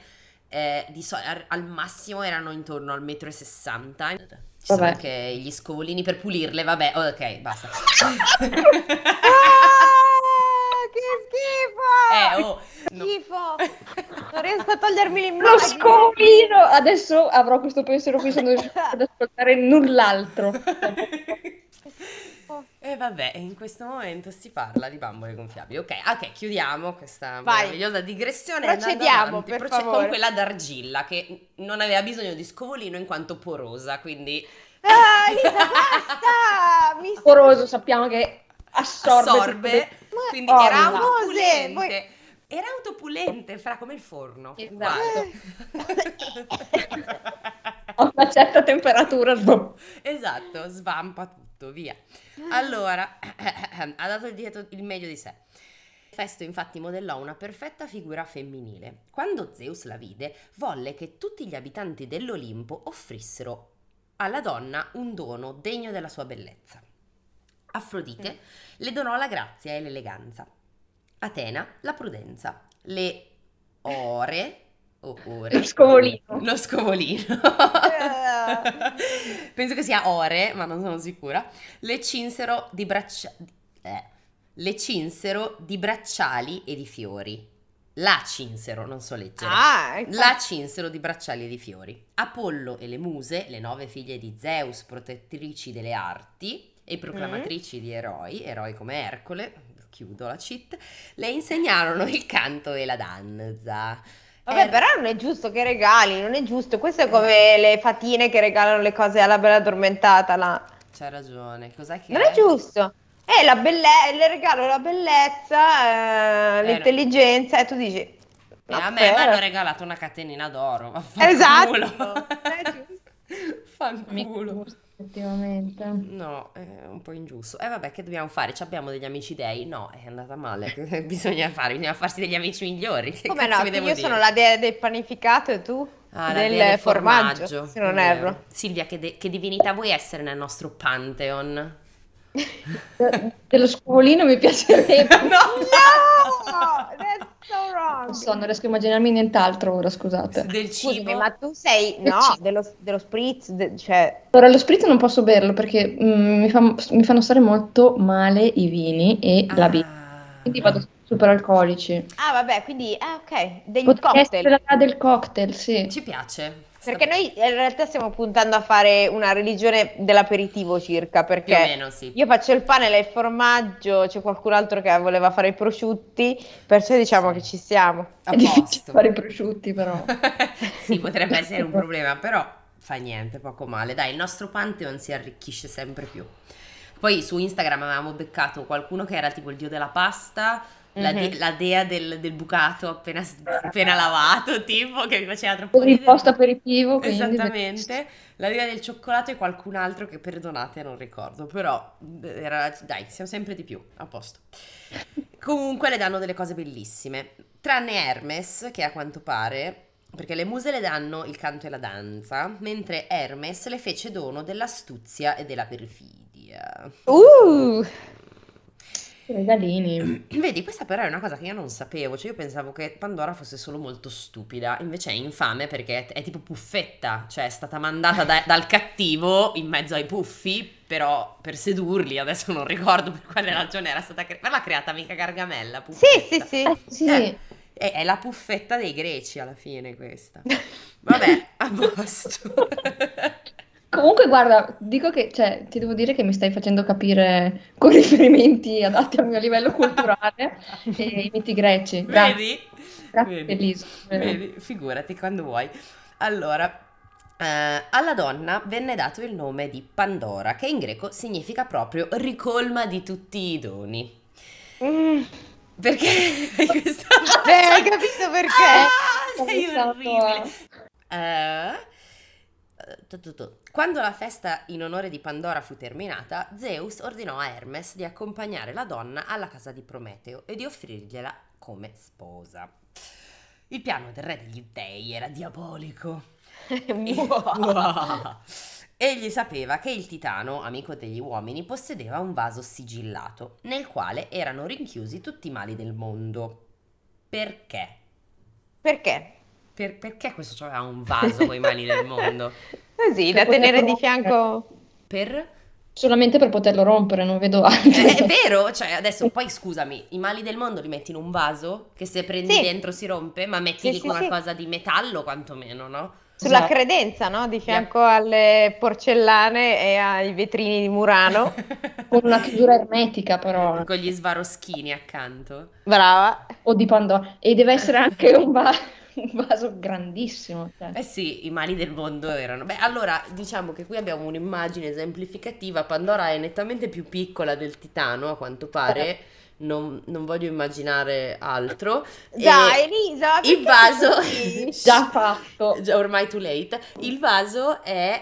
A: eh, di so- ar- al massimo erano intorno al metro e sessanta. Ci sono
C: Vabbè.
A: anche gli scovolini per pulirle, vabbè, ok,
C: [LAUGHS]
A: basta. [LAUGHS]
B: Ah, che
A: Eh,
B: schifo!
A: oh, no.
B: Schifo! Non riesco a togliermi
C: Lo
B: l'immagine.
C: scovolino! Adesso avrò questo pensiero qui, sono
A: [LAUGHS]
C: riuscita ad ascoltare null'altro.
A: E Eh, vabbè, in questo momento si parla di bambole gonfiabili. Ok, ok, chiudiamo questa
B: Vai.
A: meravigliosa digressione.
B: Procediamo,
A: andando avanti,
B: per
A: proce- con
B: favore.
A: quella d'argilla che non aveva bisogno di scovolino in quanto porosa, quindi
B: Ah, Lisa, basta! Mi
C: Poroso, sappiamo che assorbe.
A: assorbe.
B: Ma-
A: Quindi
C: Oh,
A: era
C: no.
A: autopulente.
B: Cose, voi-
A: Era autopulente, fra come il forno.
C: Esatto.
A: uguale.
B: [LAUGHS]
A: [LAUGHS]
C: A una certa temperatura. boh.
A: esatto, svampa tutto, via.
C: Ah.
A: Allora, [CLEARS THROAT] ha dato dietro il meglio di sé. Festo infatti modellò una perfetta figura femminile. Quando Zeus la vide, volle che tutti gli abitanti dell'Olimpo offrissero alla donna un dono degno della sua bellezza. Afrodite
C: Mm.
A: le donò la grazia e l'eleganza. Atena la prudenza, le ore, o ore,
C: Lo scovolino.
A: lo scovolino. [LAUGHS] Penso che sia ore, ma non sono sicura. Le cinsero di braccia... eh, Le cinsero di bracciali e di fiori. La cinsero, non so leggere.
B: Ah, ecco.
A: La cinsero di bracciali e di fiori. Apollo e le muse, le nove figlie di Zeus, protettrici delle arti e proclamatrici di eroi, eroi come Ercole, chiudo la cheat, le insegnarono il canto e la danza.
B: Vabbè,
A: Eh,
B: però non è giusto che regali, non è giusto. Questo è come le fatine che regalano le cose alla bella addormentata là.
A: C'ha ragione, cos'è che
B: Non è giusto. Eh, la belle- le regalo la bellezza, eh,
A: no.
B: l'intelligenza, e tu dici...
A: Eh, a
B: "Ma
A: me mi hanno
B: però-
A: regalato una catenina d'oro, vaffanculo.
B: Esatto.
A: [LAUGHS]
B: Eh, giusto.
C: Mica
A: Fanculo.
C: giusto, Effettivamente.
A: No, è un po' ingiusto. E vabbè, che dobbiamo fare? Ci abbiamo degli amici dei? No, è andata male. [LAUGHS] Che bisogna fare? Bisogna farsi degli amici migliori. [LAUGHS] Che
B: Come
A: cazzo
B: no?
A: vi
B: Che
A: devo
B: io
A: dire?
B: sono la dea del panificato e tu
A: Ah, la
B: del
A: dea del
B: formaggio, se non
A: è
B: erro.
A: vero. Silvia, che, de- che divinità vuoi essere nel nostro Pantheon? [LAUGHS]
C: De- dello scovolino
A: [LAUGHS]
C: mi piacerebbe.
A: No!
B: No! That's so wrong.
C: Non so, non riesco a immaginarmi nient'altro ora, scusate.
A: Del
B: Scusami,
A: cibo?
B: ma tu sei
C: Del
B: no,
C: cibo.
B: dello, dello spritz, de- cioè
C: Allora, lo spritz non posso berlo perché mm, mi, fa- mi fanno stare molto male i vini e la birra.
A: Ah.
C: Quindi vado super alcolici.
B: Ah, vabbè, quindi ah, ok, degli
C: Potrebbe
B: cocktail.
C: essere la dea del cocktail, sì.
A: Ci piace. Sta-
B: Perché noi eh, in realtà stiamo puntando a fare una religione dell'aperitivo circa,
A: Più o
B: perché
A: meno, sì.
B: io faccio il pane, lei il formaggio, c'è qualcun altro che voleva fare i prosciutti, perciò diciamo che ci siamo.
A: A
C: [LAUGHS] È difficile
A: posto.
C: fare i
A: [LAUGHS]
C: prosciutti, però.
A: sì, potrebbe essere
C: [LAUGHS]
A: un problema, però fa niente, poco male. Dai, il nostro Pantheon si arricchisce sempre più. Poi su Instagram avevamo beccato qualcuno che era tipo il dio della pasta, la, de-
B: Mhm.
A: la dea del, del bucato appena, appena lavato, tipo, che mi faceva troppo
C: Per il
A: ridere.
C: post aperitivo, quindi...
A: Esattamente, la dea del cioccolato e qualcun altro che perdonate non ricordo, però eh, era, dai, siamo sempre di più, a posto. Comunque le danno delle cose bellissime, tranne Hermes che a quanto pare, perché le muse le danno il canto e la danza, mentre Hermes le fece dono dell'astuzia e della perfidia.
B: Uh!
C: Regalini.
A: Vedi, questa però è una cosa che io non sapevo, cioè io pensavo che Pandora fosse solo molto stupida, invece è infame perché è, è tipo puffetta, cioè è stata mandata da- dal cattivo in mezzo ai puffi, però per sedurli, adesso non ricordo per quale ragione era stata cre- ma l'ha creata mica Gargamella,
B: Sì,
A: puffetta.
B: sì, sì.
C: Eh, sì.
A: Eh, È, è la puffetta dei greci alla fine questa. Vabbè, a posto.
C: Comunque, guarda, dico che, cioè, ti devo dire che mi stai facendo capire con [LAUGHS] riferimenti adatti al mio livello culturale e i miti greci. Grazie,
A: Vedi?
C: grazie
A: Vedi.
C: Elisa.
A: Vedi, figurati quando vuoi. Allora, eh, alla donna venne dato il nome di Pandora, che in greco significa proprio ricolma di tutti i doni.
B: Mm.
A: Perché [LAUGHS] hai questa
B: Eh, hai capito perché?
A: Ah, sei
C: Ho pensato
A: orribile.
C: a-
A: Eh, tu, tu, tu. Quando la festa in onore di Pandora fu terminata, Zeus ordinò a Hermes di accompagnare la donna alla casa di Prometeo e di offrirgliela come sposa. Il piano del re degli dei era diabolico. Wow. [LAUGHS] Egli sapeva che il titano, amico degli uomini, possedeva un vaso sigillato nel quale erano rinchiusi tutti i mali del mondo. Perché?
B: Perché?
A: Per- perché questo c'aveva un vaso con i mali del mondo?
B: [LAUGHS] Così, da
C: Per poter
B: tenere di
C: provare.
B: fianco...
A: Per...
B: [LAUGHS]
C: Solamente per poterlo rompere, non vedo altro.
A: Eh, È vero, cioè adesso poi scusami, i mali del mondo li metti in un vaso che se prendi
B: Sì.
A: dentro si rompe, ma metti
B: Sì,
A: lì
B: sì, sì.
A: qualcosa di metallo quantomeno, no?
B: Sulla
C: Esatto.
B: credenza, no? Di fianco alle porcellane e ai vetrini
A: [LAUGHS]
B: di Murano.
C: Con una chiusura ermetica, però, eh.
A: Con gli svaroschini accanto.
B: Brava.
C: o di Pandora. E deve essere anche un, va- [LAUGHS] un vaso grandissimo. cioè.
A: Eh sì, i mali del mondo erano. Beh, allora diciamo che qui abbiamo un'immagine esemplificativa. Pandora è nettamente più piccola del Titano, a quanto
B: Eh.
A: pare. Non, non voglio immaginare altro.
B: Dai,
A: E
B: Elisa, perché
A: il vaso.
B: così?
A: [LAUGHS]
C: Già fatto.
A: Già ormai too late. Il vaso è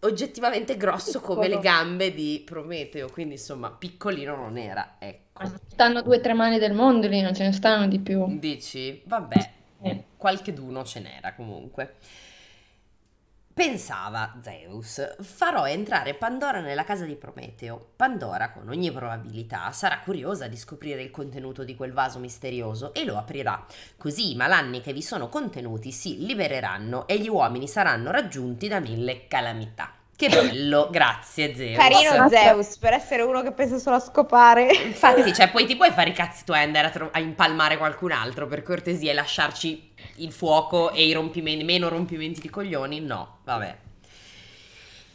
A: oggettivamente grosso come le
C: Piccolo.
A: gambe di Prometeo, quindi insomma piccolino non era, ecco.
C: Ma Stanno due o tre mani del mondo lì, non ce ne stanno di
A: Eh,
C: più.
A: Dici? Vabbè,
C: Eh.
A: qualche d'uno ce n'era comunque. Pensava Zeus, farò entrare Pandora nella casa di Prometeo. Pandora, con ogni probabilità, sarà curiosa di scoprire il contenuto di quel vaso misterioso e lo aprirà. Così i malanni che vi sono contenuti si libereranno e gli uomini saranno raggiunti da mille calamità. Che bello, grazie Zeus.
B: Carino Zeus, per essere uno che pensa solo a scopare.
A: esatto. Infatti, cioè, poi ti puoi fare i cazzi tuoi e andare a, tro- a impalmare qualcun altro per cortesia e lasciarci il fuoco e i rompimenti, meno rompimenti di coglioni? No, vabbè.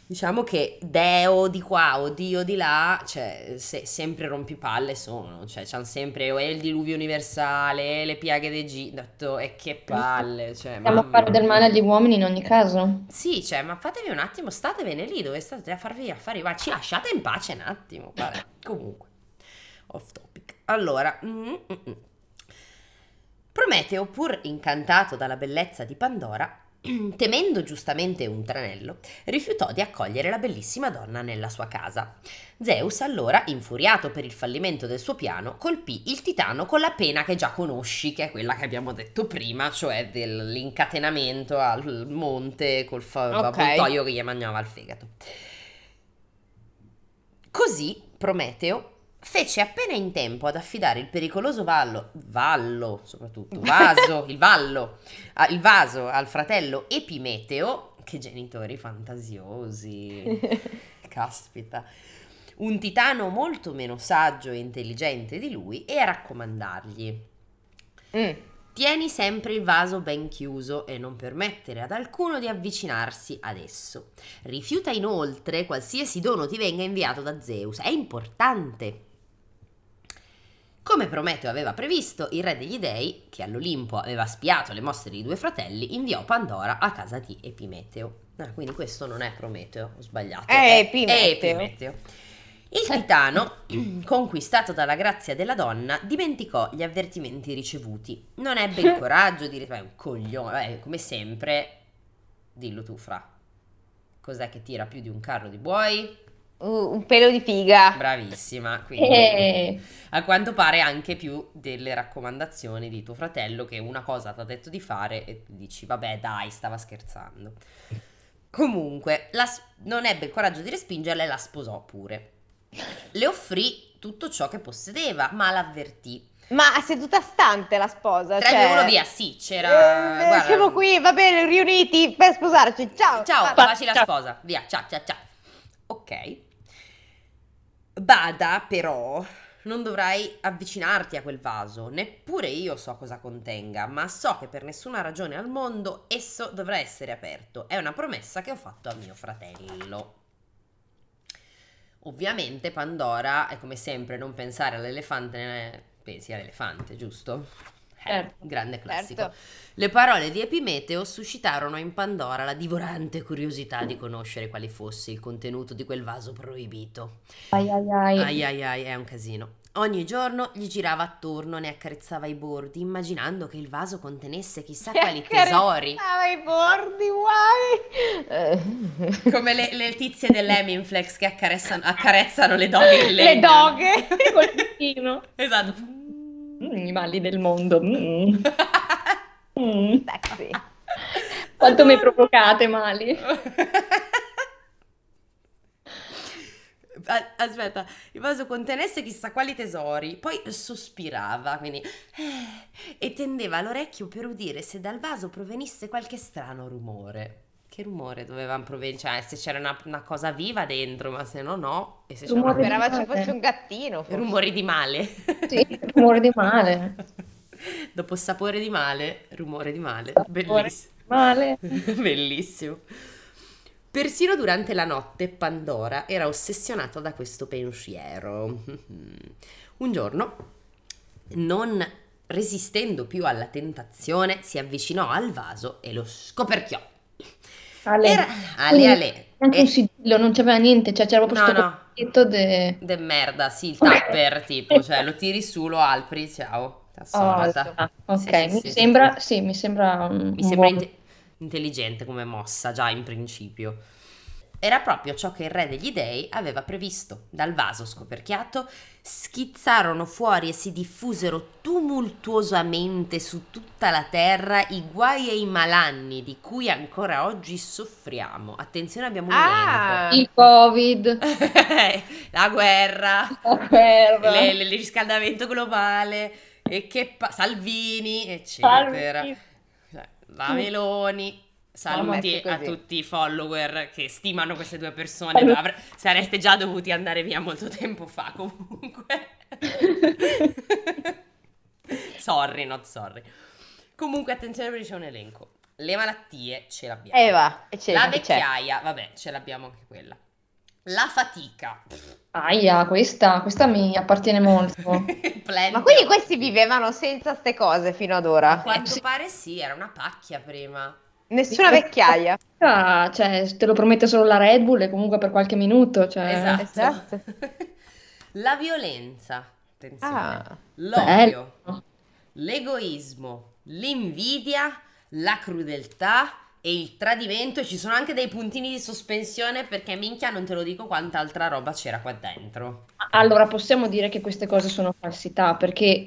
A: Diciamo che deo di qua o dio di là, cioè, se- sempre rompipalle sono, cioè, c'hanno sempre o è il diluvio universale, le piaghe d'Egitto, e che palle, cioè,
C: Andiamo a
A: mamma
C: fare del
A: mia.
C: male agli uomini in ogni caso.
A: Sì, cioè, ma fatevi un attimo, statevene lì dove state a farvi gli affari, ma ci lasciate in pace un attimo. Vabbè, comunque, off topic. Allora, mm, mm, mm. Prometeo, pur incantato dalla bellezza di Pandora, [CLEARS THROAT] temendo giustamente un tranello, rifiutò di accogliere la bellissima donna nella sua casa. Zeus, allora, infuriato per il fallimento del suo piano, colpì il titano con la pena che già conosci, che è quella che abbiamo detto prima, cioè dell'incatenamento al monte col fa-
B: Ok.
A: avvoltoio che gli mangiava il fegato. Così Prometeo fece appena in tempo ad affidare il pericoloso vallo, vallo soprattutto, vaso, il vallo, a- il vaso al fratello Epimeteo, che genitori fantasiosi. Caspita. Un titano molto meno saggio e intelligente di lui e a raccomandargli.
B: [LAUGHS] Mm.
A: Tieni sempre il vaso ben chiuso e non permettere ad alcuno di avvicinarsi ad esso. Rifiuta inoltre qualsiasi dono ti venga inviato da Zeus. È importante. Come Prometeo aveva previsto, il re degli dei, che all'Olimpo aveva spiato le mosse dei due fratelli, inviò Pandora a casa di Epimeteo. Ah, quindi questo non è Prometeo, ho sbagliato.
B: È Epimeteo.
A: Epimeteo. Il titano, [CLEARS THROAT] conquistato dalla grazia della donna, dimenticò gli avvertimenti ricevuti. Non ebbe
B: [LAUGHS]
A: il coraggio di dire, "Beh, un coglione, Vabbè, come sempre, dillo tu, Fra. Cos'è che tira più di un carro di buoi?
B: Uh, Un pelo di figa.
A: Bravissima, quindi...
C: Eh,
A: A quanto pare anche più delle raccomandazioni di tuo fratello che una cosa ti ha detto di fare e tu dici vabbè dai stava scherzando. Comunque la s- non ebbe il coraggio di respingerla e la sposò pure. Le offrì tutto ciò che possedeva, ma l'avvertì.
B: Ma a seduta stante la sposa,
A: 3,
B: cioè...
A: 2, 1, via, sì, c'era...
B: Eh,
A: guarda,
B: siamo qui, va bene, riuniti per sposarci. Ciao.
A: Ciao,
B: Guarda.
A: baci la
C: ciao.
A: sposa. Via, ciao, ciao, ciao. Ok. Bada, però, non dovrai avvicinarti a quel vaso. Neppure io so cosa contenga, ma so che per nessuna ragione al mondo esso dovrà essere aperto. È una promessa che ho fatto a mio fratello. Ovviamente Pandora è come sempre non pensare all'elefante, né- pensi all'elefante, giusto? Eh,
C: Certo.
A: grande classico.
B: Certo.
A: Le parole di Epimeteo suscitarono in Pandora la divorante curiosità di conoscere quale fosse il contenuto di quel vaso proibito.
C: Ai ai ai.
A: Ai ai ai, è un casino. Ogni giorno gli girava attorno, ne accarezzava i bordi, immaginando che il vaso contenesse chissà quali tesori.
B: Accarezzava i Ah, bordi, guai. Eh.
A: Come le, le tizie dell'Eminflex che accarezzano, accarezzano le doghe
C: [LAUGHS]
A: in
B: Le
A: legno.
B: doghe.
C: Col destino.
A: [LAUGHS] Esatto.
C: Mm, I mali del
A: [LAUGHS]
C: mondo. mm, mm.
B: Sexy.
A: Ah,
C: Quanto mi provocate, mali.
A: A- [LAUGHS] Aspetta, il vaso contenesse chissà quali tesori, poi sospirava, quindi eh, e tendeva l'orecchio per udire se dal vaso provenisse qualche strano rumore. Che rumore doveva provenire? Cioè, se c'era una, una cosa viva dentro, ma se no, no. E se c'era
C: Rumore-
A: una-
B: Sperava ci fosse un gattino. forse.
A: rumori di male.
C: Sì, rumore di male.
A: [LAUGHS] Dopo sapore di male, rumore di male.
C: Sapore.
A: Bellissimo.
C: Male.
A: [LAUGHS] Bellissimo. Persino durante la notte Pandora era ossessionata da questo pensiero. [LAUGHS] Un giorno, non resistendo più alla tentazione, si avvicinò al vaso e lo scoperchiò.
C: Ale.
A: Era Ale Ale.
C: Anche un
A: E-
C: sigillo, non c'aveva niente, cioè c'era proprio
A: No,
C: questo
A: no.
C: pacchetto de...
A: De merda, sì, il tupper tipo, cioè lo tiri su, lo alpri, ciao, t'assorata.
C: Ah, ok,
A: Sì, sì,
C: mi
A: sì, sì.
C: sembra, sì. mi sembra un,
A: Mi
C: un
A: sembra
C: buon-
A: inte- intelligente come mossa, già in principio. Era proprio ciò che il re degli dei aveva previsto. Dal vaso scoperchiato schizzarono fuori e si diffusero tumultuosamente su tutta la terra i guai e i malanni di cui ancora oggi soffriamo. Attenzione, abbiamo un
B: Ah.
A: elenco.
C: il
A: [LAUGHS]
C: covid,
A: La guerra,
C: la guerra,
A: le- le- il riscaldamento globale, e che pa- Salvini, eccetera.
C: Salvini.
A: Cioè, La Meloni.
B: Mamma,
A: Saluti
B: ecco
A: a
B: così.
A: tutti i follower che stimano queste due persone. ma avre- sareste già dovuti andare via molto tempo fa, [LAUGHS] comunque. sorry, not sorry. Comunque, attenzione perché c'è un elenco. Le malattie ce l'abbiamo.
B: E Eh, va, e c'è,
A: La
B: c'è.
A: vecchiaia, vabbè, ce l'abbiamo anche quella. La fatica.
C: aia, questa, questa mi
A: [LAUGHS]
C: appartiene molto,
B: Oh. Ma
A: Ma
B: quindi questi vivevano senza ste cose fino ad
A: A
B: ora?
A: quanto pare sì, era una pacchia prima.
B: Nessuna vecchiaia.
C: Ah, cioè te lo promette solo la Red Bull e comunque per qualche minuto, cioè,
A: Esatto.
B: esatto.
A: [LAUGHS] La violenza, attenzione.
B: Ah,
A: L'odio,
C: bello.
A: l'egoismo, l'invidia, la crudeltà e il tradimento. E Ci sono anche dei puntini di sospensione perché minchia non te lo dico quanta altra roba c'era qua dentro.
C: Allora, possiamo dire che queste cose sono falsità, perché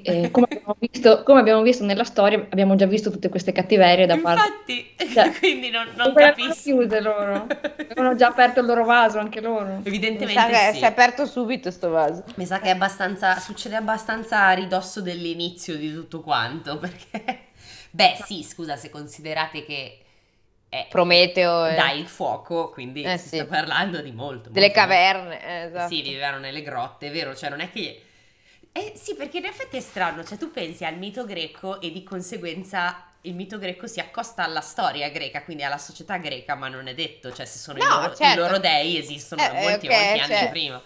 A: [LAUGHS]
C: eh, come abbiamo visto, come abbiamo visto nella storia, abbiamo già visto tutte queste cattiverie da parte.
A: Infatti,
C: Cioè,
A: [LAUGHS] quindi non, non
C: dove erano
A: capisco.
C: chiuse
A: [LAUGHS]
C: loro? Avevano già aperto il loro vaso anche loro.
B: mi sa
A: Evidentemente
B: che cioè,
A: sì.
B: si è aperto subito sto vaso.
A: Mi sa che è abbastanza, succede abbastanza a ridosso dell'inizio di tutto quanto, [LAUGHS] perché... Beh, sì, scusa, se considerate che è
B: Prometeo eh, e-
A: dai il fuoco, quindi
B: Eh,
A: si
B: sì.
A: sta parlando di molto.
B: delle
A: molto, molto.
B: caverne, eh, esatto.
A: Sì, vivevano nelle grotte, è vero, cioè non è che... Eh sì, perché in effetti è strano, cioè tu pensi al mito greco e di conseguenza il mito greco si accosta alla storia greca, quindi alla società greca, ma non è detto, cioè se sono i,
B: No,
A: loro, i
B: certo.
A: loro dei esistono da
B: Eh,
A: molti,
B: ok,
A: molti anni
B: cioè,
A: prima.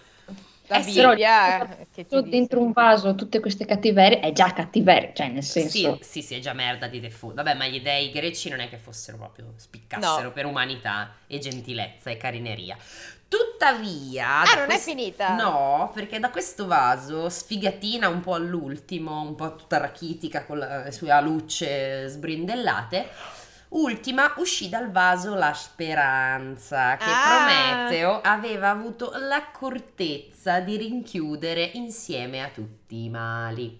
B: La
A: Eh sì,
B: Bibbia,
C: però-
B: che ci
C: Sono
B: dice.
C: dentro un vaso tutte queste cattiverie è già cattiveria, cioè nel
A: Sì,
C: senso.
A: sì, sì, è già merda di default. Vabbè, ma gli dei greci non è che fossero proprio spiccassero
B: No.
A: per umanità e gentilezza e carineria. Tuttavia,
B: Ah,
A: da
B: non è
A: quest-
B: finita? [LAUGHS]
A: No, perché da questo vaso, sfigatina un po' all'ultimo, un po' tutta rachitica con la- le sue alucce sbrindellate, ultima uscì dal vaso la speranza che
B: Ah.
A: Prometeo aveva avuto l'accortezza di rinchiudere insieme a tutti i mali.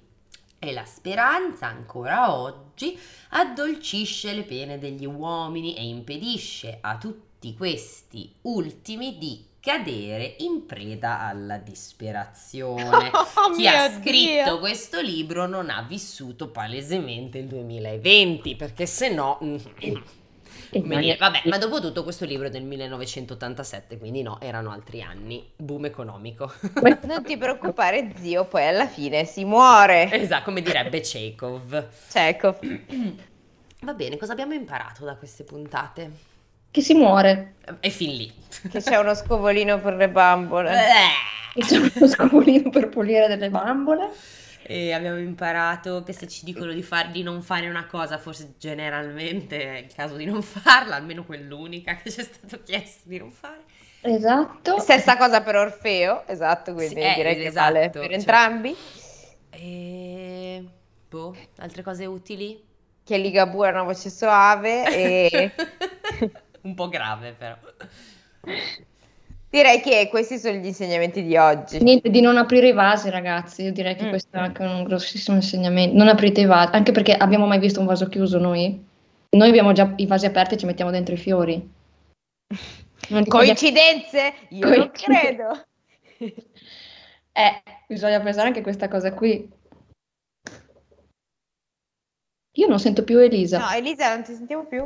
A: E la speranza ancora oggi addolcisce le pene degli uomini e impedisce a tutti questi ultimi di cadere in preda alla disperazione.
B: [LAUGHS] Oh,
A: Chi
B: mio
A: ha
B: Dio.
A: scritto questo libro non ha vissuto palesemente il 2020, perché se no... mm,
C: E
A: come
C: non
A: dire,
C: è-
A: vabbè, ma dopo tutto questo libro è del 1987, quindi no, erano altri anni. Boom economico. [LAUGHS]
C: [LAUGHS]
B: Non ti preoccupare, zio, poi alla fine si muore.
A: esatto, come direbbe Chekhov.
B: Cioè, ecco.
A: Va bene, cosa abbiamo imparato da queste puntate?
C: Che si muore.
A: E fin lì.
B: Che c'è uno scovolino per le bambole.
A: Eh.
C: C'è uno scovolino per pulire delle bambole.
A: E abbiamo imparato che se ci dicono di, far- di non fare una cosa, forse generalmente è il caso di non farla, almeno quell'unica che ci è stato chiesto di non fare.
C: Esatto.
B: Stessa cosa per Orfeo, esatto, quindi
A: Sì, eh,
B: direi che
A: esatto,
B: vale per
A: cioè-
B: entrambi.
A: E boh, altre cose utili?
B: Che Ligabue è una voce soave
A: Eh.
C: [LAUGHS]
B: e
A: [LAUGHS] Un po' grave però.
B: direi che questi sono gli insegnamenti di oggi.
C: Niente di non aprire i vasi, ragazzi. Io direi che
B: Mm.
C: questo è anche un grossissimo insegnamento. Non aprite i vasi, anche perché abbiamo mai visto un vaso chiuso noi. Noi abbiamo già i vasi aperti e ci mettiamo dentro i fiori. Non dico niente.
B: Coincidenze? Io non
C: Coincidenze.
B: [LAUGHS] credo.
C: Eh, bisogna pensare anche a questa cosa qui. Io non sento più Elisa.
B: No, Elisa, non ti sentiamo più.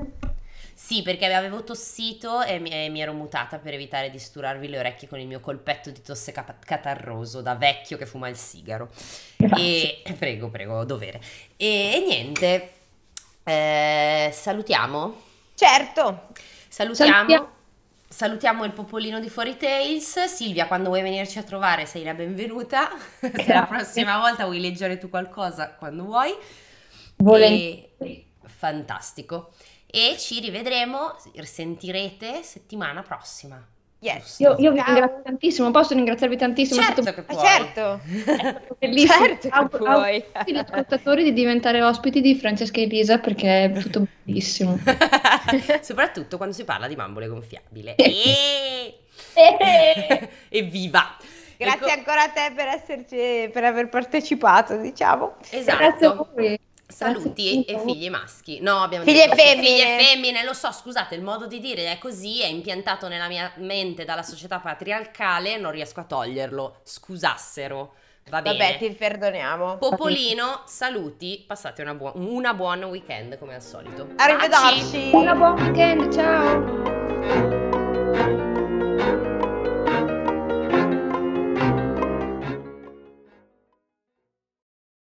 A: Sì, perché avevo tossito e mi, e mi ero mutata per evitare di sturarvi le orecchie con il mio colpetto di tosse capa- catarroso da vecchio che fuma il sigaro.
C: Grazie.
A: E eh, prego, prego, dovere. E, e niente, eh, salutiamo.
B: Certo,
A: Salutiamo,
C: Salutiamo.
A: salutiamo il popolino di Fuori Tales. Silvia, quando vuoi venirci a trovare, sei la benvenuta. [LAUGHS] Se la prossima volta vuoi leggere tu qualcosa, quando vuoi.
C: Volentieri.
A: E- Fantastico. E ci rivedremo, sentirete settimana prossima.
B: yes.
C: Io, io vi
B: Ciao.
C: ringrazio tantissimo. Posso ringraziarvi tantissimo? È
A: Certo
C: stato
A: che
B: Ma
A: puoi.
B: certo,
C: bellissimo.
B: certo che
C: Auguro-
B: puoi.
C: auguro a tutti gli ascoltatori di diventare ospiti di Francesca e Elisa perché è tutto
B: [LAUGHS]
C: bellissimo.
A: [LAUGHS] Soprattutto quando si parla di bambole gonfiabile. E... [LAUGHS] Evviva!
B: Grazie
A: Ecco-
B: ancora a te per esserci, per aver partecipato, diciamo.
A: Esatto.
C: Grazie a voi.
A: Saluti e,
C: Grazie.
A: e figli maschi. No, abbiamo
B: Figlie
A: detto
B: femmine.
A: figlie femmine, lo so, scusate, il modo di dire è così, è impiantato nella mia mente dalla società patriarcale, non riesco a toglierlo. Scusassero. Va bene.
B: Vabbè, ti perdoniamo.
A: Popolino, saluti, passate una, buo- una buona weekend come al solito. Baci!
B: Arrivederci.
C: Una buona weekend, ciao!